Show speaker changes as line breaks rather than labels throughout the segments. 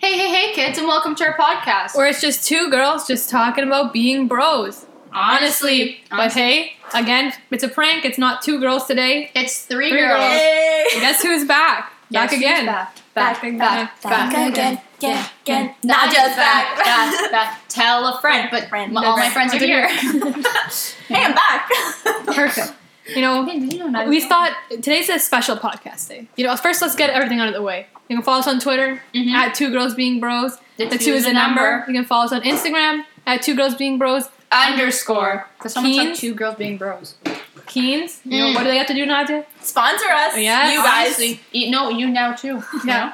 kids, and welcome to our podcast.
Where it's just two girls just talking about being bros. Honestly, but
honestly,
hey, again, it's a prank. It's not two girls today.
it's three,
Three
girls.
girls.
Hey.
Guess who's back?
Yes,
back
she's
again.
Back,
Back,
back, back,
back, back,
back,
back
again, again, again.
Not just back, back, back. Tell a friend, but
Friend.
my- all my
Friend.
friends are here.
Hey, I'm back.
Perfect. You know,
Hey, did you know that?
we thought today's a special podcast day. You know, first let's get everything out of the way. You can follow us on Twitter
Mhm.
at Two Girls Being Bros.
The
the
two
two
is
is
a
a number.
number.
You can follow us on Instagram at Two Girls Being Bros.
underscore because someone took
Teens?
two girls being bros.
Keens. You know,
Mm.
what do they have to do, Nadia?
Sponsor us.
Yes.
You guys.
Honestly, you, no, you now too. You know?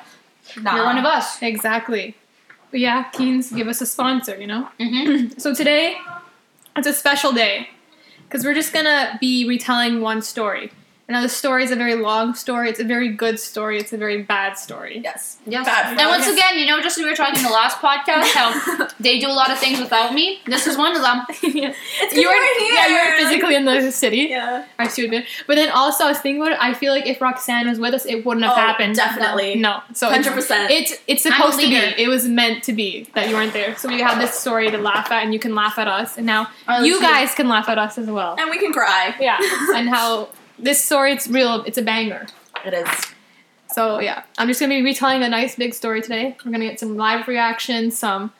Nah.
you're one of us.
Exactly. Yeah, Keens, give us a sponsor, you know?
Mm-hmm.
So today, it's a special day because we're just gonna be retelling one story. And now the story is a very long story. It's a very good story. It's a very bad story.
Yes.
Yes.
Bad
and once
friends.
again, you know, just as we were talking in the last podcast, how they do a lot of things without me. This is one of them.
It's 'cause
You were,
here.
yeah, you were physically in the city.
Yeah.
I should admit. But then also, I was thinking about it. I feel like if Roxanne was with us, it wouldn't have
Oh,
happened.
definitely.
No. So Oh, it's-
100%.
It's it's
I'm a
supposed to be.
leader.
It was meant to be that you weren't there. So we have this story to laugh at, and you can laugh at us, and now
Oh,
you
shoot.
guys can laugh at us as well.
and we can cry.
Yeah, and how this story it's real. It's a banger.
It is.
So yeah, I'm just gonna be retelling a nice big story today. We're gonna get some live reactions, some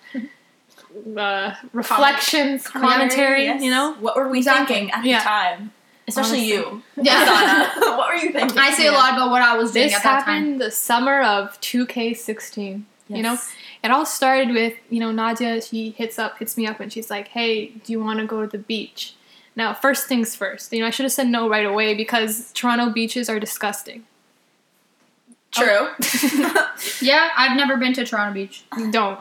uh, reflections, commentary.
Yes.
You know,
What were we
Exactly.
thinking at
Yeah.
the time? Especially you.
Yeah.
Sana. what were you thinking?
I say a lot about what I was doing
this
at that time.
happened the summer of 2K16. You know,
Yes.
it all started with you know Nadia. She hits up, hits me up, and she's like, "Hey, do you want to go to the beach?" Now, first things first. You know, I should have said no right away because Toronto beaches are disgusting.
True.
Yeah, I've never been to Toronto Beach.
You Don't.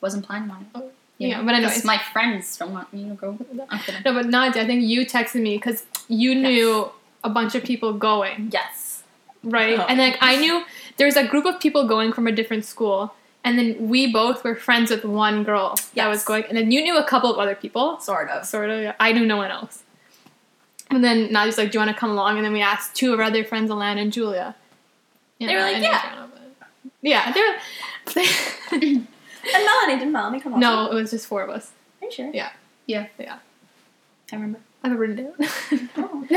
Wasn't planning on it.
Yeah, but anyways.
'cause my friends don't want me to go. I'm kidding.
No, but Nadia, I think you texted me because you knew a bunch of people going,
yes.
right?
Oh.
And like I knew there's a group of people going from a different school, and then we both were friends with one girl that was
Yes.
going, and then you knew a couple of other people,
Sort of.
sort of. yeah. I knew no one else. And then Nadia's like, "Do you want to come along?" And then we asked two of our other friends, Alana and Julia. You
They were like,
and
"Yeah."
Adriana, but- yeah." They were.
And Melanie, did Melanie come on?
no, it was just four of us.
Are you sure?
Yeah.
Yeah.
Yeah.
I remember.
I've written it down.
Oh.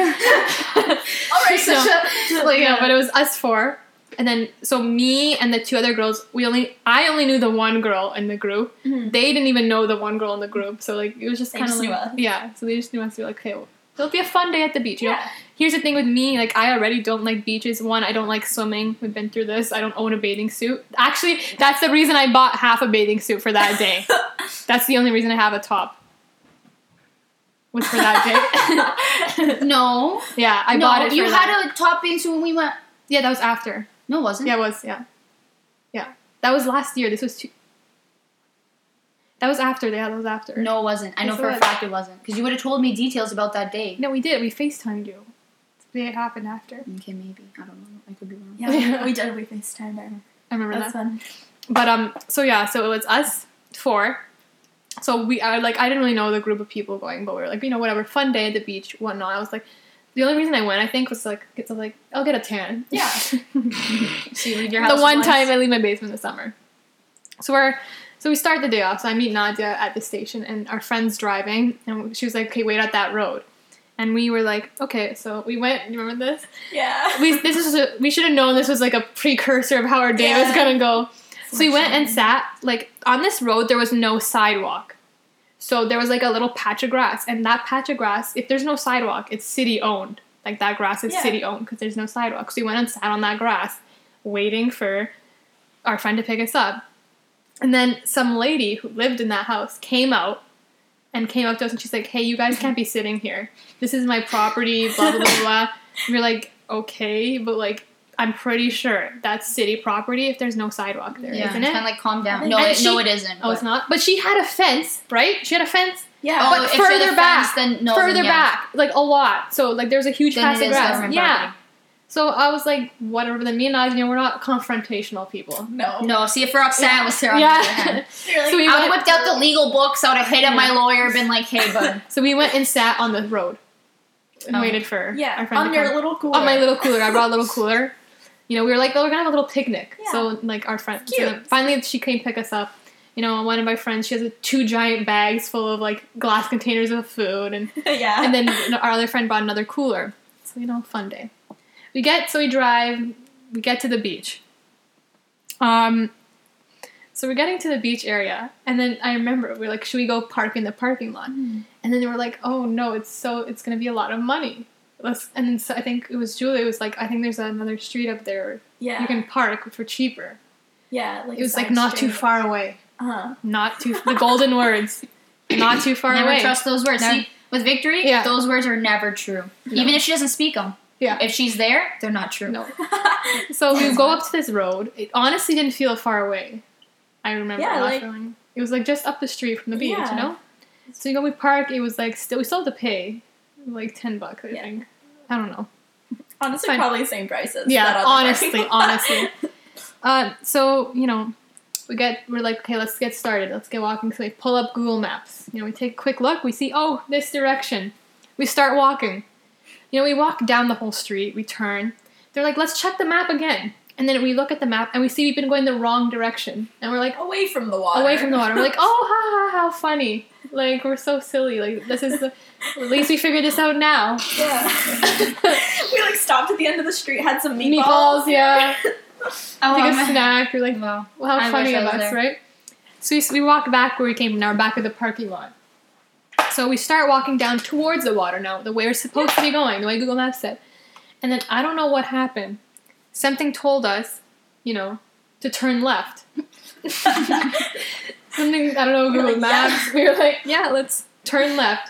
All right.
So-
So,
like no, but it was us four. And then so me and the two other girls, we only I only knew the one girl in the group.
Mhm.
They didn't even know the one girl in the group. So like it was just
They
kind of
just
like
knew us.
yeah. So they just knew us. They were like, okay, well, it'll be a fun day at the beach. You know?
yeah.
Here's the thing with me, like I already don't like beaches. One, I don't like swimming. We've been through this. I don't own a bathing suit. Actually, that's the reason I bought half a bathing suit for that day. that's the only reason I have a top. Was for that day.
No.
yeah, I
no,
bought it.
You
for
had
that.
a top bean suit when we went.
yeah, that was after.
No, it wasn't.
Yeah, it was. Yeah, yeah. That was last year. This was two. That was after. Yeah, that was after.
No, it wasn't. I know
Yes, it
for a
was.
fact it wasn't because you would have told me details about that day.
no, we did. We Facetimed you. It happened after.
Okay, maybe I don't know. I could be wrong.
Yeah, we did. We FaceTimed. I remember.
I remember
That's
that.
fun.
But um, so yeah, so it was us four. So we I like I didn't really know the group of people going, but we were like, you know, whatever, fun day at the beach, whatnot. I was like, the only reason I went, I think, was like, it's like I'll get a tan.
Yeah.
So you leave your
the
house
one
once.
time I leave my basement this summer. So we're so we start the day off. So I meet Nadia at the station, and our friend's driving, and she was like, "Okay, wait at that road." And we were like, "Okay." So we went. You remember this?
Yeah.
We this is a, we should have known this was like a precursor of how our day was
Yeah.
gonna go. So we went and sat like on this road. There was no sidewalk. So there was like a little patch of grass, and that patch of grass, if there's no sidewalk, it's city owned. Like that grass is
Yeah.
city owned because there's no sidewalk. So we went and sat on that grass, waiting for our friend to pick us up. And then some lady who lived in that house came out and came up to us and she's like, Hey, you guys can't be sitting here. This is my property, blah blah blah blah. And we're like, Okay, but like I'm pretty sure that's city property if there's no sidewalk there,
Yeah,
not
kind of
it?
like calm down.
And
No, it,
she-
no, it isn't.
Oh, it's
but- Oh,
not. But she had a fence, right? She had a fence
Yeah.
but
if you're
further
the
back,
friends, then no, then
further
yeah.
back, like a lot. So like there's a huge
Then
patch
it
of
is
grass.
government
Yeah. So I was like, whatever. Then me and I, you know, we're not confrontational people.
no.
No, see if Roxanne was here on the other
yeah.
hand.
You're like,
So
I
we
would
went-
have whipped out the legal books. I would have hit up my
Yeah.
lawyer, been like, "Hey, bud,
so we went and sat on the road and
Oh.
waited for
yeah.
our friend
on
to
your
come. Oh,
little cooler.
on my little cooler. I brought a little cooler. you know, we were like, oh, we're gonna have a little picnic.
Yeah.
So like our friend, so
Cute.
then finally she came pick us up. You know, one of my friends, she has like, two giant bags full of like glass containers of food, and
yeah.
and then you know, our other friend brought another cooler. So you know, fun day. We get so we drive. We get to the beach. Um, so we're getting to the beach area, and then I remember we are like, should we go park in the parking lot?
Hmm.
And then they were like, oh no, it's so it's gonna be a lot of money. Let's and then so I think it was Julie was like, I think there's another street up there
yeah.
you can park for cheaper.
yeah. Like
It was like not too far away.
Uh-huh.
Not too the golden words. Not too far
never
away.
trust those words.
Never-
See, with Victory,
Yeah.
those words are never true. Even if she doesn't speak them.
Yeah.
If she's there, they're not true.
No. So we go up to this road. It honestly didn't feel far away. I remember
Yeah,
not
like-
feeling. It was like just up the street from the beach,
Yeah.
you know. So you know, we park. It was like still we still had to pay like ten bucks. I
Yeah.
think. I don't know.
Honestly,
Fine.
probably the same prices. that
Yeah,
other
honestly,
parking lot.
honestly. Uh, so you know, we get we're like, okay, let's get started. Let's get walking. So we pull up Google Maps. You know, we take a quick look. We see, oh, this direction. We start walking. You know, we walk down the whole street. We turn. They're like, let's check the map again. And then we look at the map and we see we've been going the wrong direction. And we're like,
away from the water.
away from the water. We're like, oh, ha ha, how funny. Like we're so silly. Like this is the, at least we figured this out now.
yeah. we like stopped at the end of the street, had some meatballs.
Meatballs, yeah.
Oh,
Take a
um,
snack. You're like,
well,
Well, how
I
funny
wish I
of
was
us,
there.
right? So we, we walk back where we came from, now we're back at the parking lot. So we start walking down towards the water now, the way we're supposed to be going, the way Google Maps said. And then I don't know what happened. Something told us, you know, to turn left. Something, I don't know, Google
like, yeah.
Maps. We were like, yeah, let's turn left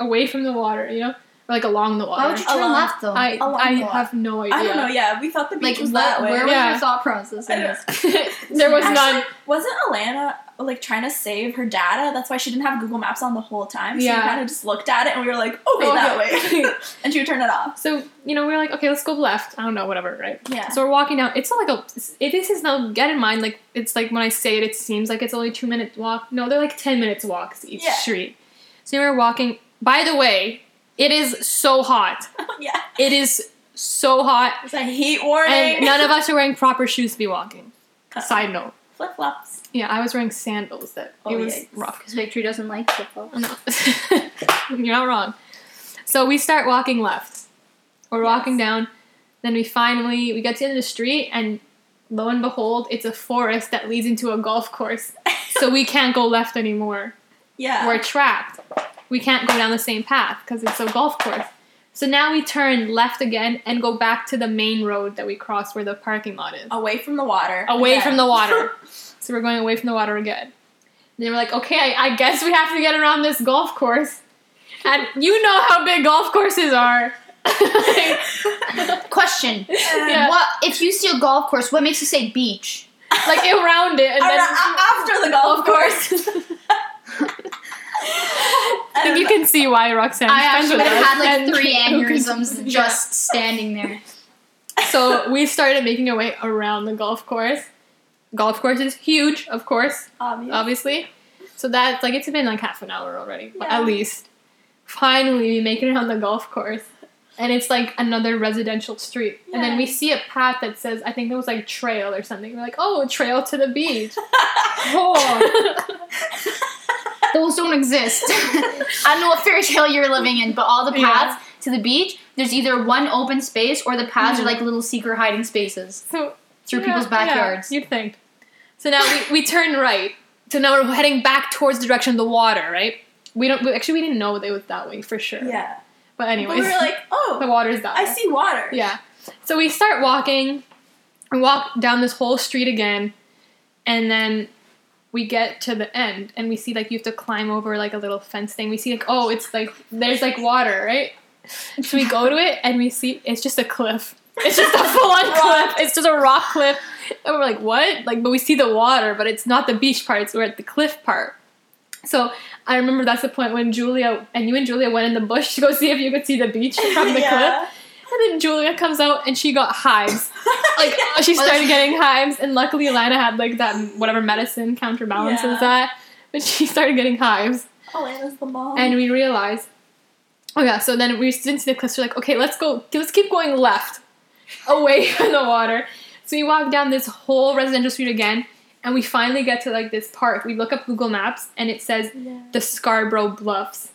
away from the water, you know? Or like along the water.
Why would you turn
Along-
left though?
I,
along
I
the water?
have no idea.
I don't know. Yeah, we thought the beach
like,
was
what-
that way.
where was
Yeah.
your thought process
I
in
don't-
this?
there was
Actually,
none.
Wasn't Alana like trying to save her data? That's why she didn't have Google Maps on the whole time. So
Yeah.
we kind of just looked at it and we were like, okay,
Okay.
that way. and she would turn it off.
So you know, we are like, okay, let's go left. I don't know, whatever, right?
Yeah.
So we're walking down. It's not like a. It, this is now. Get in mind, like it's like when I say it, it seems like it's only two minute walk. No, they're like ten minutes walks each
Yeah.
street. So we're walking. By the way, it is so hot.
yeah.
It is so hot,
It's a heat warning.
and none of us are wearing proper shoes to be walking. Side note.
Flip flops.
Yeah, I was wearing sandals. That
Oh,
it was
yikes.
rough.
Because Victory doesn't like football.
No. You're not wrong. So we start walking left. We're walking
Yes.
down. Then we finally we get to the end of the street and lo and behold, it's a forest that leads into a golf course. So we can't go left anymore.
Yeah.
We're trapped. We can't go down the same path because it's a golf course. So now we turn left again and go back to the main road that we crossed where the parking lot is
away from the water.
away
Again.
from the water. so we're going away from the water again. And they were like, okay, I, I guess we have to get around this golf course. And you know how big golf courses are. Like,
Question.
Yeah.
What if you see a golf course, what makes you say beach?
like it rounded and
Ar-
then
a- after the golf course.
I think you can see why Roxanne.
I actually would have had like three
aneurysms.
aneurysms just standing there.
So we started making our way around the golf course. Golf course is huge, of course.
Obviously.
obviously. So that's like it's been like half an hour already, but
Yeah.
at least. Finally, we make it on the golf course, and it's like another residential street. And then we
Yes.
see a path that says, I think it was like trail or something. We're like, oh, trail to the beach. Oh.
Those don't exist. I don't know what fairy tale you're living in, but all the
Yeah.
paths to the beach, there's either one open space or the paths
Mhm.
are like little secret hiding spaces
so
through
yeah,
people's
yeah,
backyards.
you'd think. So now we, we turn right. So now we're heading back towards the direction of the water, right? We don't we, actually we didn't know that it was that way for sure.
Yeah.
But
But
anyways,
we were like,
the
oh,
water's that
I
way.
see water.
Yeah. So we start walking and walk down this whole street again, and then we get to the end and we see like you have to climb over like a little fence thing. We see like oh it's like there's like water, right? So we go to it and we see it's just a cliff. It's just a full on cliff. It's just a rock cliff. And we're like, what? Like, but we see the water, but it's not the beach part. It's we're at the cliff part. So I remember that's the point when Julia and you and Julia went in the bush to go see if you could see the beach from the cliff.
yeah.
And then Julia comes out and she got hives. Like she started getting hives, and luckily Alana had like that whatever medicine counterbalances
Yeah.
that. But she started getting hives,
Alana's the mom.
and we realized, oh yeah. So then we didn't see the cliffs. We're like, okay, let's go. Let's keep going left. away from the water. So we walk down this whole residential street again, and we finally get to like this park. We look up Google Maps, and it says the Scarborough Bluffs.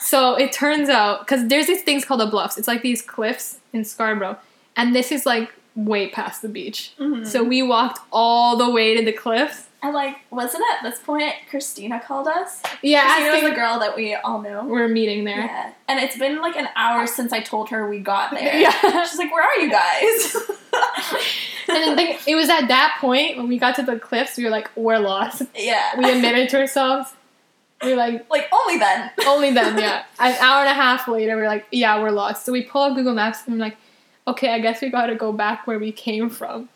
so it turns out because there's these things called the bluffs. It's like these cliffs in Scarborough, and this is like way past the beach.
Mhm.
So we walked all the way to the cliffs.
And like, wasn't at this point Christina called us?
Yeah,
Christina was
asking-
the girl that we all know.
we're meeting there.
Yeah. And it's been like an hour since I told her we got there.
Yeah.
She's like, where are you guys?
And then like, it was at that point when we got to the cliffs, we were like, we're lost.
yeah.
We admitted to ourselves. We were like,
like only then.
only then, yeah. An hour and a half later, we are like, yeah, we're lost. So we pull up Google Maps and I'm like, okay, I guess we gotta go back where we came from.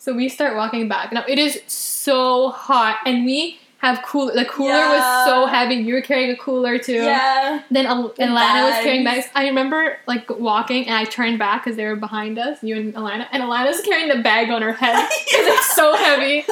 So we start walking back. Now it is so hot, and we have cool. The cooler was
Yeah.
so heavy. You were carrying a cooler too.
Yeah.
Then Al-
And
Alana was carrying
bags.
bags. I remember like walking and I turned back because they were behind us, you and Alana. And Alana's carrying the bag on her head. It's so heavy.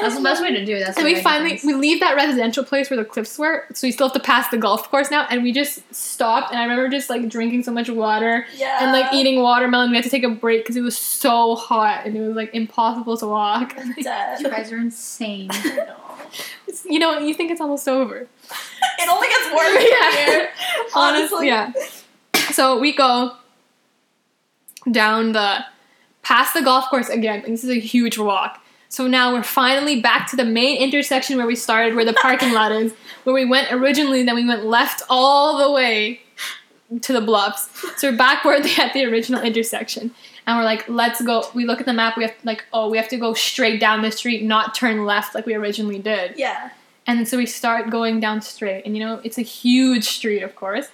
That's the best way to do it. That's
and
the
we
way it
finally
happens.
we leave that residential place where the cliffs were. So we still have to pass the golf course now. And we just stopped. And I remember just like drinking so much water
Yeah.
and like eating watermelon. We had to take a break because it was so hot and it was like impossible to walk.
You
Dead.
guys are insane.
I know.
It's- you know, you think it's almost over.
It only gets worse from
Yeah.
here.
Honestly,
Honestly.
yeah. So we go down the past the golf course again. And this is a huge walk. So now we're finally back to the main intersection where we started, where the parking lot is, where we went originally. Then we went left all the way to the bluffs. So we're back where they at the original intersection, and we're like, let's go. We look at the map. We have like, oh, we have to go straight down the street, not turn left like we originally did.
Yeah.
And so we start going down straight. And you know, it's a huge street, of course.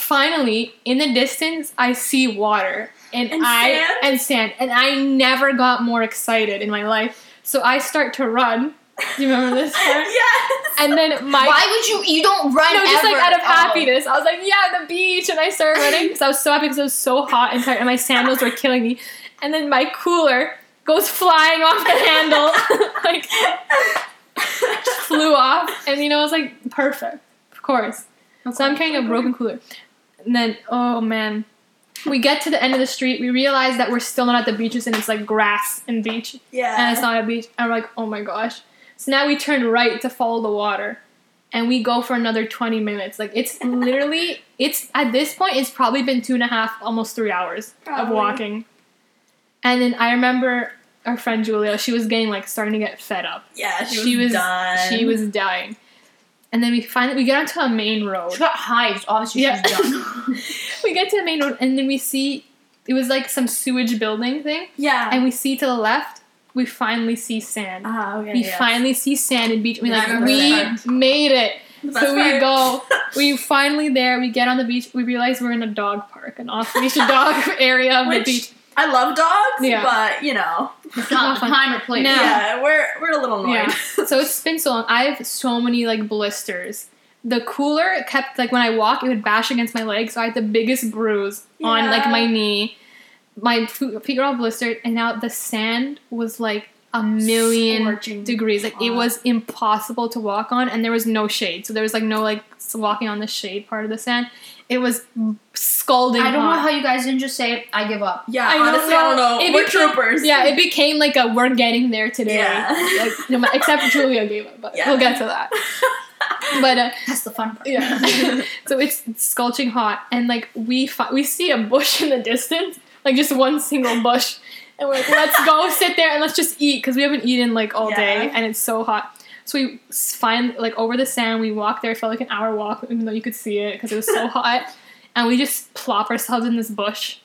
Finally, in the distance, I see water. And,
And
I
sand?
and sand. And I never got more excited in my life. So I start to run. Do you remember this part?
yes.
And then my
Why would you? You don't run.
no, just like
ever.
out of
Oh.
happiness. I was like, yeah, the beach, and I started running because I was so happy because it was so hot and tired, and my sandals were killing me. And then my cooler goes flying off the handle, like just flew off, and you know, I was like, perfect, of course. So I'm carrying a broken cooler, and then oh man, we get to the end of the street. We realize that we're still not at the beaches, and it's like grass and beach
Yeah.
and it's not a beach. And we're like, oh my gosh. So now we turn right to follow the water. And we go for another 20 minutes. Like it's literally, it's at this point, it's probably been two and a half, almost three hours of
Probably.
walking. And then I remember our friend Julia, she was getting like starting to get fed up.
yeah. She,
she
was,
was-
done.
She was dying. And then we finally we get onto a main road.
She got hives. Obviously,
Yeah.
she's done.
We get to a main road and then we see it was like some sewage building thing.
Yeah. Oh,
And we see to the left, we finally see sand.
Ah, okay.
we
yes.
finally see sand in beach. We
Yeah, I
like
remember
we
that.
made it.
The best
So we
part.
go. We finally there. We get on the beach. We realize we're in a dog park, an off-leash dog area of
Which
the beach.
I love dogs,
Yeah.
but you know,
It's not the time or place.
No. Yeah.
yeah, we're we're a little annoyed.
Yeah. So it's been so long. I have so many like blisters. The cooler kept like when I walk, it would bash against my leg, so I had the biggest bruise on like
Yeah.
my knee. My fo- feet were all blistered, and now the sand was like a million
Scorching
degrees. Like it
hot.
was impossible to walk on, and there was no shade, so there was like no like s- walking on the shade part of the sand. It was scalding.
I don't know
hot.
how you guys didn't just say, I give up.
Yeah,
I know,
honestly, I don't know.
it
we're
became-
troopers.
Yeah, it became like a we're getting there today.
Yeah.
Like, no, ma- except Julia gave up, but
Yeah.
we'll get to that. But uh,
That's the fun part.
yeah, so it's scorching hot, and like we fi- we see a bush in the distance, like just one single bush, and we're like, let's go sit there and let's just eat because we haven't eaten like all day,
Yeah.
and it's so hot. So we s- find like over the sand, we walk there. It felt like an hour walk, even though you could see it because it was so hot, and we just plop ourselves in this bush,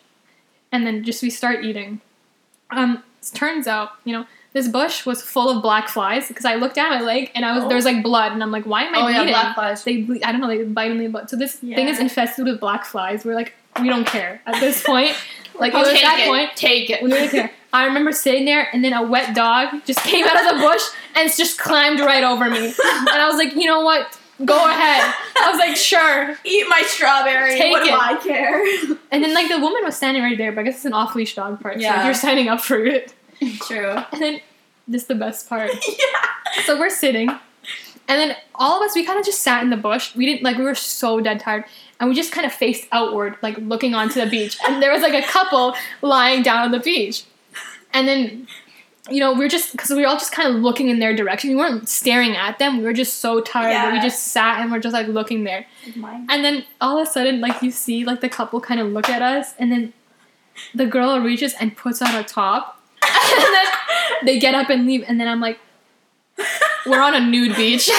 and then just we start eating. Um, s- turns out, you know. This bush was full of black flies because I looked down my leg and I was there was like blood and I'm like, why am I
Oh, yeah,
bleeding?
black flies.
they ble- I don't know, they bite in the butt. So this thing is
Yeah.
infested with black flies. We're like, we don't care at this point. like it
Take
was that
it.
point.
Take it.
We didn't care. I remember sitting there and then a wet dog just came out of the bush and it's just climbed right over me. And I was like, you know what? Go ahead. I was like, sure.
Eat my strawberry.
Take
what
it.
do I care?
And then like the woman was standing right there, but I guess it's an off leash dog part. So
Yeah.
like, you're signing up for it.
True.
And then this is the best part.
Yeah.
so we're sitting and then all of us we kind of just sat in the bush we didn't like we were so dead tired and we just kind of faced outward, like looking onto the beach. And there was like a couple lying down on the beach. And then, you know, we were just, because we were all just kind of looking in their direction. We weren't staring at them. We were just so tired that we
Yeah.
just sat and we're just like looking there.
Mine.
And then all of a sudden, like you see, like the couple kind of look at us, and then the girl reaches and puts on a top, and then they get up and leave. And then I'm like, we're on a nude beach.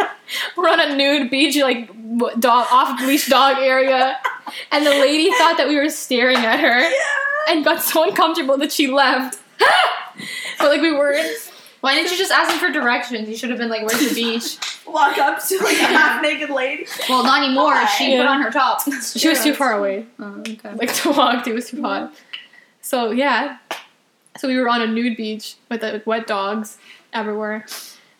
we're on a nude beach, like w- dog off leash dog area. And the lady thought that we were staring at her and got so uncomfortable that she left. but like we weren't.
Why didn't you just ask him for directions? You should have been like, "Where's the beach?"
Walk up to like a
Yeah.
half naked lady.
well, not anymore. She put
Yeah.
on her top.
She was too far away.
Oh, okay.
like to walk. It was too hot. So yeah, so we were on a nude beach with uh, wet dogs everywhere.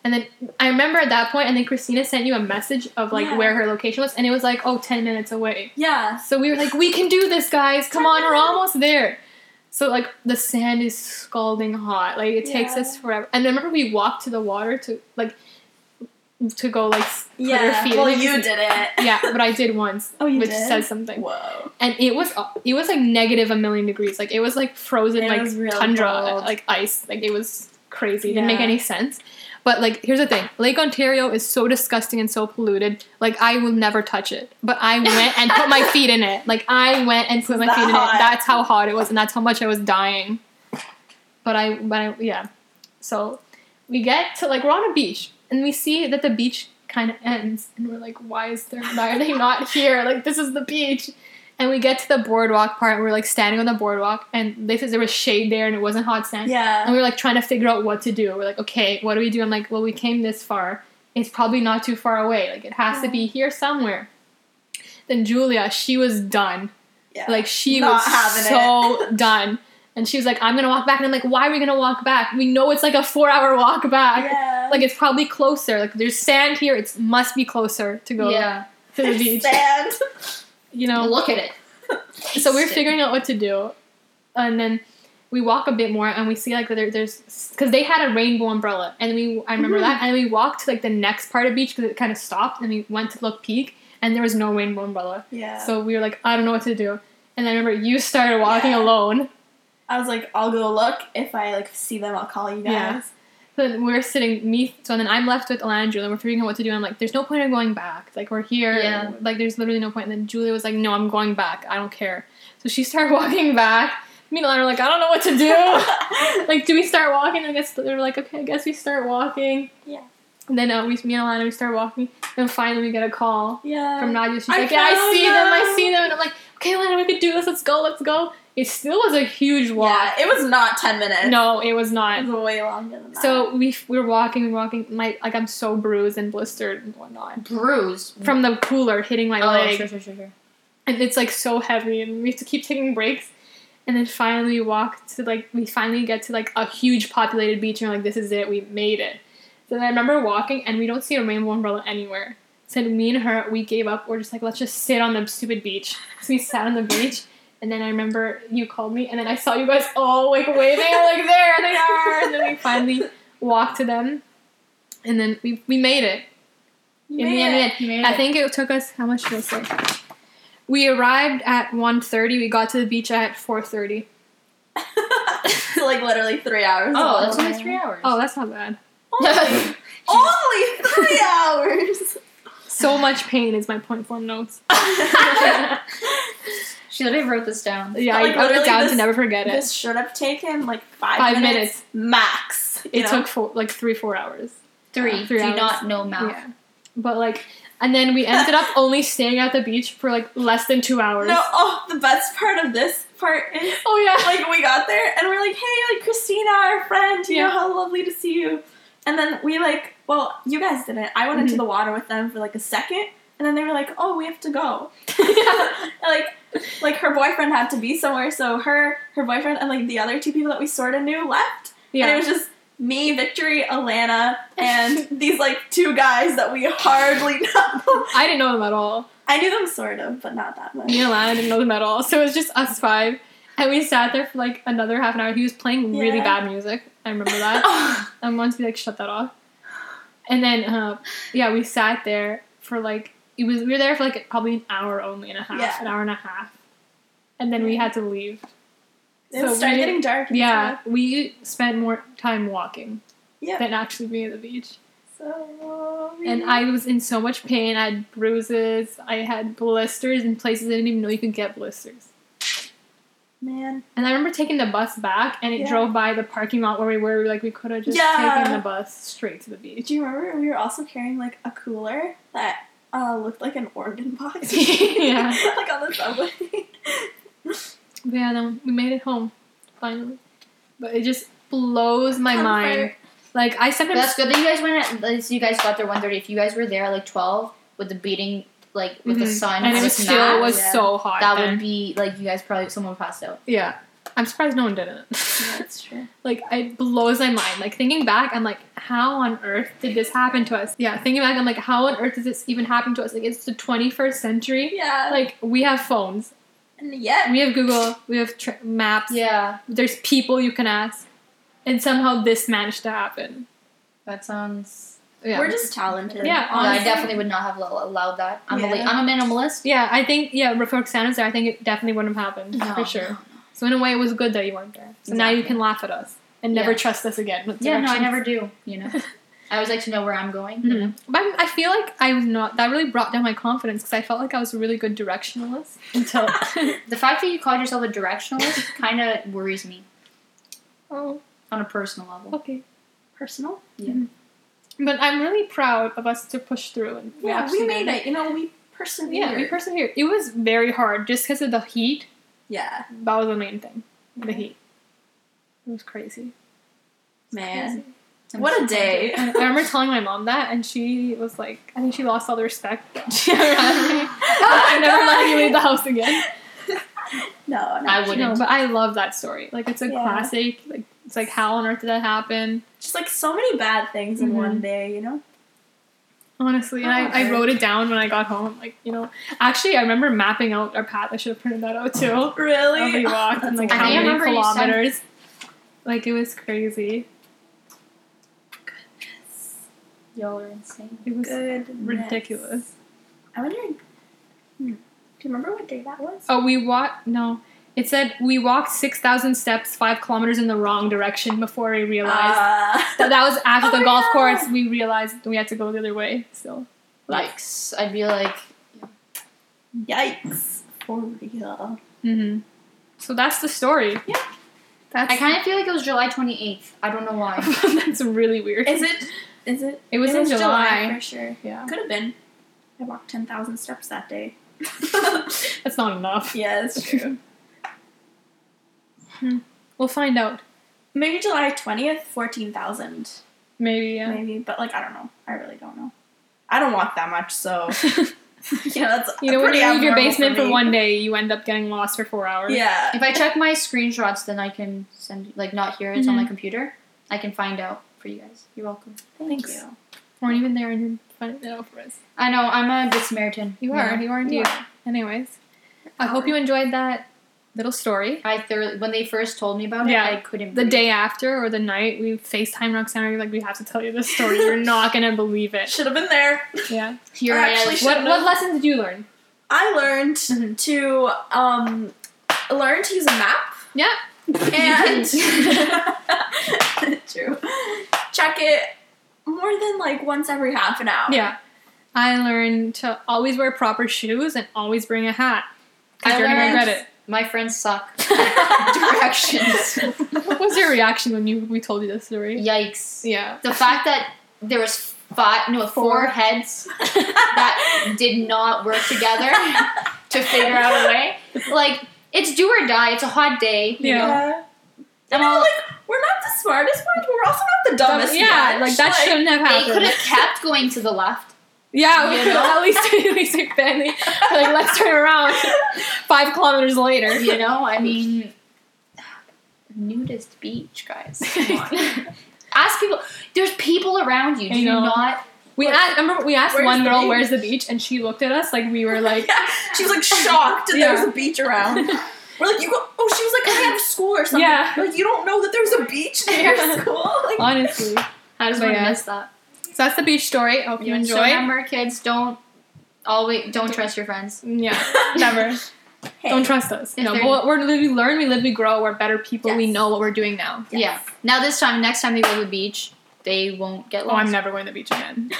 And then I remember at that point, and then Christina sent you a message of like
Yeah.
where her location was, and it was like, oh, 10 minutes away.
Yeah.
So we were like, we can do this, guys. Come on, we're almost there. So like the sand is scalding hot. Like it takes
Yeah.
us forever. And I remember we walked to the water to like to go like s- put
Yeah.
our feet. in
Well,
it 'cause
you
it's-
did it.
Yeah, but I did once,
Oh, you
which
did?
says something
Whoa.
and it was it was like negative a million degrees like it was like frozen
It
like
was really
tundra uh,
cold.
like ice like it was crazy It didn't make
Yeah.
any sense but like here's the thing lake ontario is so disgusting and so polluted like i will never touch it but i went and put my feet in it like i went and put my
that
feet in
hot?
it that's how hot it was and that's how much i was dying but i but I, yeah so we get to like we're on a beach and we see that the beach kind of ends and we're like why is there why are they not here like this is the beach and we get to the boardwalk part and we're like standing on the boardwalk and they said there was shade there and it wasn't hot sand and
Yeah.
we were like trying to figure out what to do we're like okay what do we do i'm like well we came this far it's probably not too far away like it has to be here somewhere then julia she was done
yeah.
like she
Not
was
having
so done. And she was like, I'm gonna walk back. And I'm like, why are we gonna walk back? We know it's like a four hour walk back.
yeah.
Like it's probably closer. Like there's sand here, it must be closer to go
Yeah.
to the beach.
Sand.
You know?
Look at it.
so we're figuring out what to do and then we walk a bit more and we see like that there, there's because they had a rainbow umbrella and we i
Mm-hmm.
remember that and we walked to like the next part of beach because it kind of stopped and we went to look peak and there was no rainbow umbrella
Yeah.
so we were like i don't know what to do and i remember you started walking
Yeah.
alone
I was like, I'll go look. If I like see them, I'll call you guys.
Yeah. So then we're sitting, me, so then I'm left with Alana and Julia. We're figuring out what to do. And I'm like, there's no point in going back. Like, we're here.
Yeah.
Like, there's literally no point. And then Julia was like, no, I'm going back. I don't care. So she started walking back. Me and Alana are like, I don't know what to do. like, do we start walking? I guess they're like, okay, I guess we start walking.
Yeah.
And then uh, we, me and Alana, we start walking. And finally, we get a call
yeah.
from Nadia. She's
Uh, I
like, yeah, I
found
see them. I
them."
see them. And I'm like, okay, Alana, we could do this. Let's go. Let's go. It still was a huge walk.
Yeah. It was not ten minutes.
No, it was not.
It was way longer than that.
So we f- we were walking, we were walking. My like I'm so bruised and blistered and whatnot
Bruise
from the cooler hitting my
Oh,
leg,
sure, sure, sure, sure.
and it's like so heavy, and we have to keep taking breaks. And then finally we walk to like we finally get to like a huge populated beach, and we're like this is it, we made it. So then I remember walking, and we don't see a rainbow umbrella anywhere. So then me and her, we gave up. We're just like let's just sit on the stupid beach. So we sat on the beach. And then I remember you called me, and then I saw you guys all like waving, I'm like there they are. And then we finally walked to them, and then we, we made it.
You
in the
made
end, we
it.
had- I think it took us how much did I say? We arrived at 1.30. We got to the beach at four thirty.
so like literally three hours.
Oh,
away.
that's only three hours.
Oh, that's not bad.
Only, only three hours.
So much pain is my point form notes.
she literally wrote this down.
Yeah,
But, like,
I wrote it
literally
down to
this-
never forget it.
this should have taken like five,
Five minutes.
minutes, max. you
it
know?
took four, like three, four hours.
Three.
Three
Do
hours.
not know mouth.
Yeah, but like, and then we ended up only staying at the beach for like less than two hours.
No, oh, the best part of this part is
Oh yeah.
like we got there and we're like, hey, like Christina, our friend, you
Yeah.
know how lovely to see you. And then we like, well, you guys didn't. I went into
Mhm.
the water with them for like a second, and then they were like, oh, we have to go. like, like her boyfriend had to be somewhere, so her, her boyfriend, and like the other two people that we sort of knew left. And it
yeah.
was just me, Victory, Alana, and these like two guys that we hardly know.
I didn't know them at all.
I knew them sort of, but not that much.
Me and Lana didn't know them at all. So it was just us five. And we sat there for like another half an hour. He was playing really
Yeah.
bad music. I remember that. um, and once we like shut that off. And then uh, yeah, we sat there for like it was we were there for like probably an hour only and a half,
Yeah.
an hour and a half, and then we had to leave.
It
So
started
we-
getting dark. and
Yeah,
stuff.
we spent more time walking
Yeah.
than actually being at the beach.
So
And I was in so much pain. I had bruises. I had blisters in places I didn't even know you could get blisters.
man,
And I remember taking the bus back, and it
Yeah.
drove by the parking lot where we were. We were like, we could have just
Yeah.
taken the bus straight to the beach.
do you remember we were also carrying like a cooler that uh, looked like an organ box?
Yeah.
like on the subway.
But yeah, then we made it home, finally. But it just blows my
Comfort.
mind. Like I sometimes
That's good that you guys went. At, least you guys got there one thirty. If you guys were there at like twelve with the beating, like with the
Mhm.
sun,
and it was
just
still
not,
it was
yeah.
so hot.
that
then.
would be like you guys probably someone passed out.
yeah. I'm surprised no one did it.
That's true.
like it blows my mind. Like thinking back, I'm like, how on earth did this happen to us? Yeah, thinking back, I'm like, how on earth does this even happen to us? Like it's the 21st century.
Yeah.
Like we have phones,
and yet
we have Google, we have tr- maps.
Yeah,
There's people you can ask, and somehow this managed to happen.
that sounds.
Yeah.
we're just talented.
Yeah,
Yeah,
honestly.
I definitely would not have lo- allowed that. I'm a
Yeah.
li- I'm a minimalist.
Yeah, I think yeah, if Roxana's there, I think it definitely wouldn't have happened
No,
for sure. So in a way, it was good that you weren't there. So now you can laugh at us and never
Yeah.
trust us again. With
Yeah, no, I
directions.
never do. You know, I always like to know where I'm going. you know?
Mhm. But I'm- I feel like I was not. That really brought down my confidence because I felt like I was a really good directionalist until.
The fact that you called yourself a directionalist kind of worries me
oh,
on a personal level.
okay.
personal.
But I'm really proud of us to push through and
Yeah, we
actually
made
did
it. You know, we persevered.
Yeah, we persevered. It was very hard just because of the heat.
yeah,
That was the main thing. The heat. It was crazy.
man.
I'm
What a
so-
day.
I I remember telling my mom that, and she was like, I think she lost all the respect she ever had for me. I never let you leave the house again.
No, no.
I wouldn't.
No, but I love that story. Like, it's a
Yeah.
classic. Like, it's like, how on earth did that happen?
Just like so many bad things
Mhm.
in one day, you know.
Honestly,
Oh,
and I, I wrote it down when I got home. Like, you know, actually, I remember mapping out our path. I should have printed that out too. How
Really, Oh,
we walked and like
I
how
think I
many
remember you sent-
kilometers. Like, it was crazy.
Y'all are insane.
It was.
good,
ridiculous.
I wonder. hmm, Do you remember what day that was?
Oh, we walked. No. It said we walked 6,000 steps, five kilometers in the wrong direction before we realized.
Uh,
So that was after
Oh,
the golf
yeah.
course. We realized we had to go the other way. So
Yikes! I'd be like,
yikes! For real.
Mhm. So that's the story.
Yeah.
That's
I kind of feel like it was July 28th. I don't know why.
that's really weird.
Is it? Is it?
It was
it
in
was July.
July.
for sure.
Yeah.
Could have been. I walked ten thousand steps that day.
That's not enough.
yeah, that's true.
We'll find out.
Maybe July twentieth, fourteen thousand.
Maybe. uh, Yeah.
maybe, but like I don't know. I really don't know. I don't walk that much, so you know that's
you know, when
pretty
you leave your
abnormal
basement for,
me.
one day, you end up getting lost for four hours.
Yeah,
if I check my screenshots, then I can send like not here. It's on my
Mhm.
computer. I can find out for you guys. You're welcome.
thank
Thanks.
you.
Weren't even there and you're finding it out for us.
I know. I'm a good Samaritan.
You
know?
are. You are indeed. Anyways, I hope you enjoyed that little story.
I thoroughly when they first told me about it,
Yeah.
I couldn't.
The
breathe.
day after or the night, we FaceTime Roxanne. and We're like, we have to tell you this story. You're not gonna believe it.
Should have been there.
Yeah.
here I
I actually
am.
should- Mm-hmm.
What
Should've.
What lesson did you learn?
I learned
Mhm.
to um, learn to use a map
Yeah.
and true check it more than like once every half an hour.
Yeah. I learned to always wear proper shoes and always bring a hat. Because
I
you're gonna
learned-
regret it.
My friends suck. Directions.
What was your reaction when you we told you this story?
Yikes.
Yeah.
The fact that there was five, no,
Four.
four heads that did not work together to figure out a way. Like, it's do or die. It's a hot day. you
Yeah.
know?
Yeah. And
Well-
I'm like, we're not the smartest ones, but we're also not the dumbest.
yeah,
bunch.
like that shouldn't have
They could
happened.
have kept going to the left.
yeah, we
you
could
know?
at least at least like family. Like let's turn around. Five kilometers later.
You know, I mean, nudist beach, guys. Come on. Ask people. There's people around you.
I
Do you
know.
not?
We asked remember we asked
Where's
one
the
girl
beach?
where's the beach and she looked at us like we were like
Yeah. She was like shocked that there was a beach around. We're like, you go, oh, she was like, I have school or something.
Yeah.
We're like, you don't know that there's a beach near your school. Like,
honestly.
I just want
But
to
yeah.
miss that.
So that's the beach story. I hope
So
you enjoyed.
remember, kids, don't Always don't trust your friends.
Yeah, never.
Hey.
Don't trust us.
If
No,
they're-
but we're, we learn, we live, we grow. We're better people. We
Yes.
know what we're doing now.
Yes.
Yeah. Now this time, next time they go to the beach, they won't get
Oh,
lost.
I'm never going to the beach again.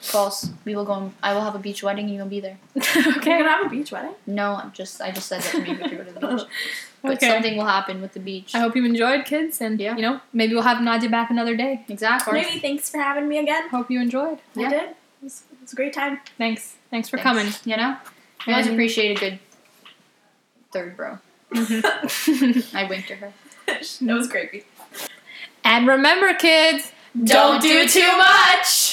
False. We will go. on- I will have a beach wedding. and You'll be there.
You're
okay.
gonna have a beach wedding.
No, I'm just. I just said that maybe we go to the beach, but
Okay.
something will happen with the beach.
I hope you enjoyed, kids, and
Yeah.
you know maybe we'll have Nadia back another day.
Exactly.
Maybe thanks for having me again.
Hope you enjoyed.
Yeah.
I did. It was, it was a great time.
Thanks. Thanks for
Thanks.
coming.
You know, I always
And-
appreciate a good third bro. I winked at her.
it was creepy.
and remember, kids,
Don't do
too much.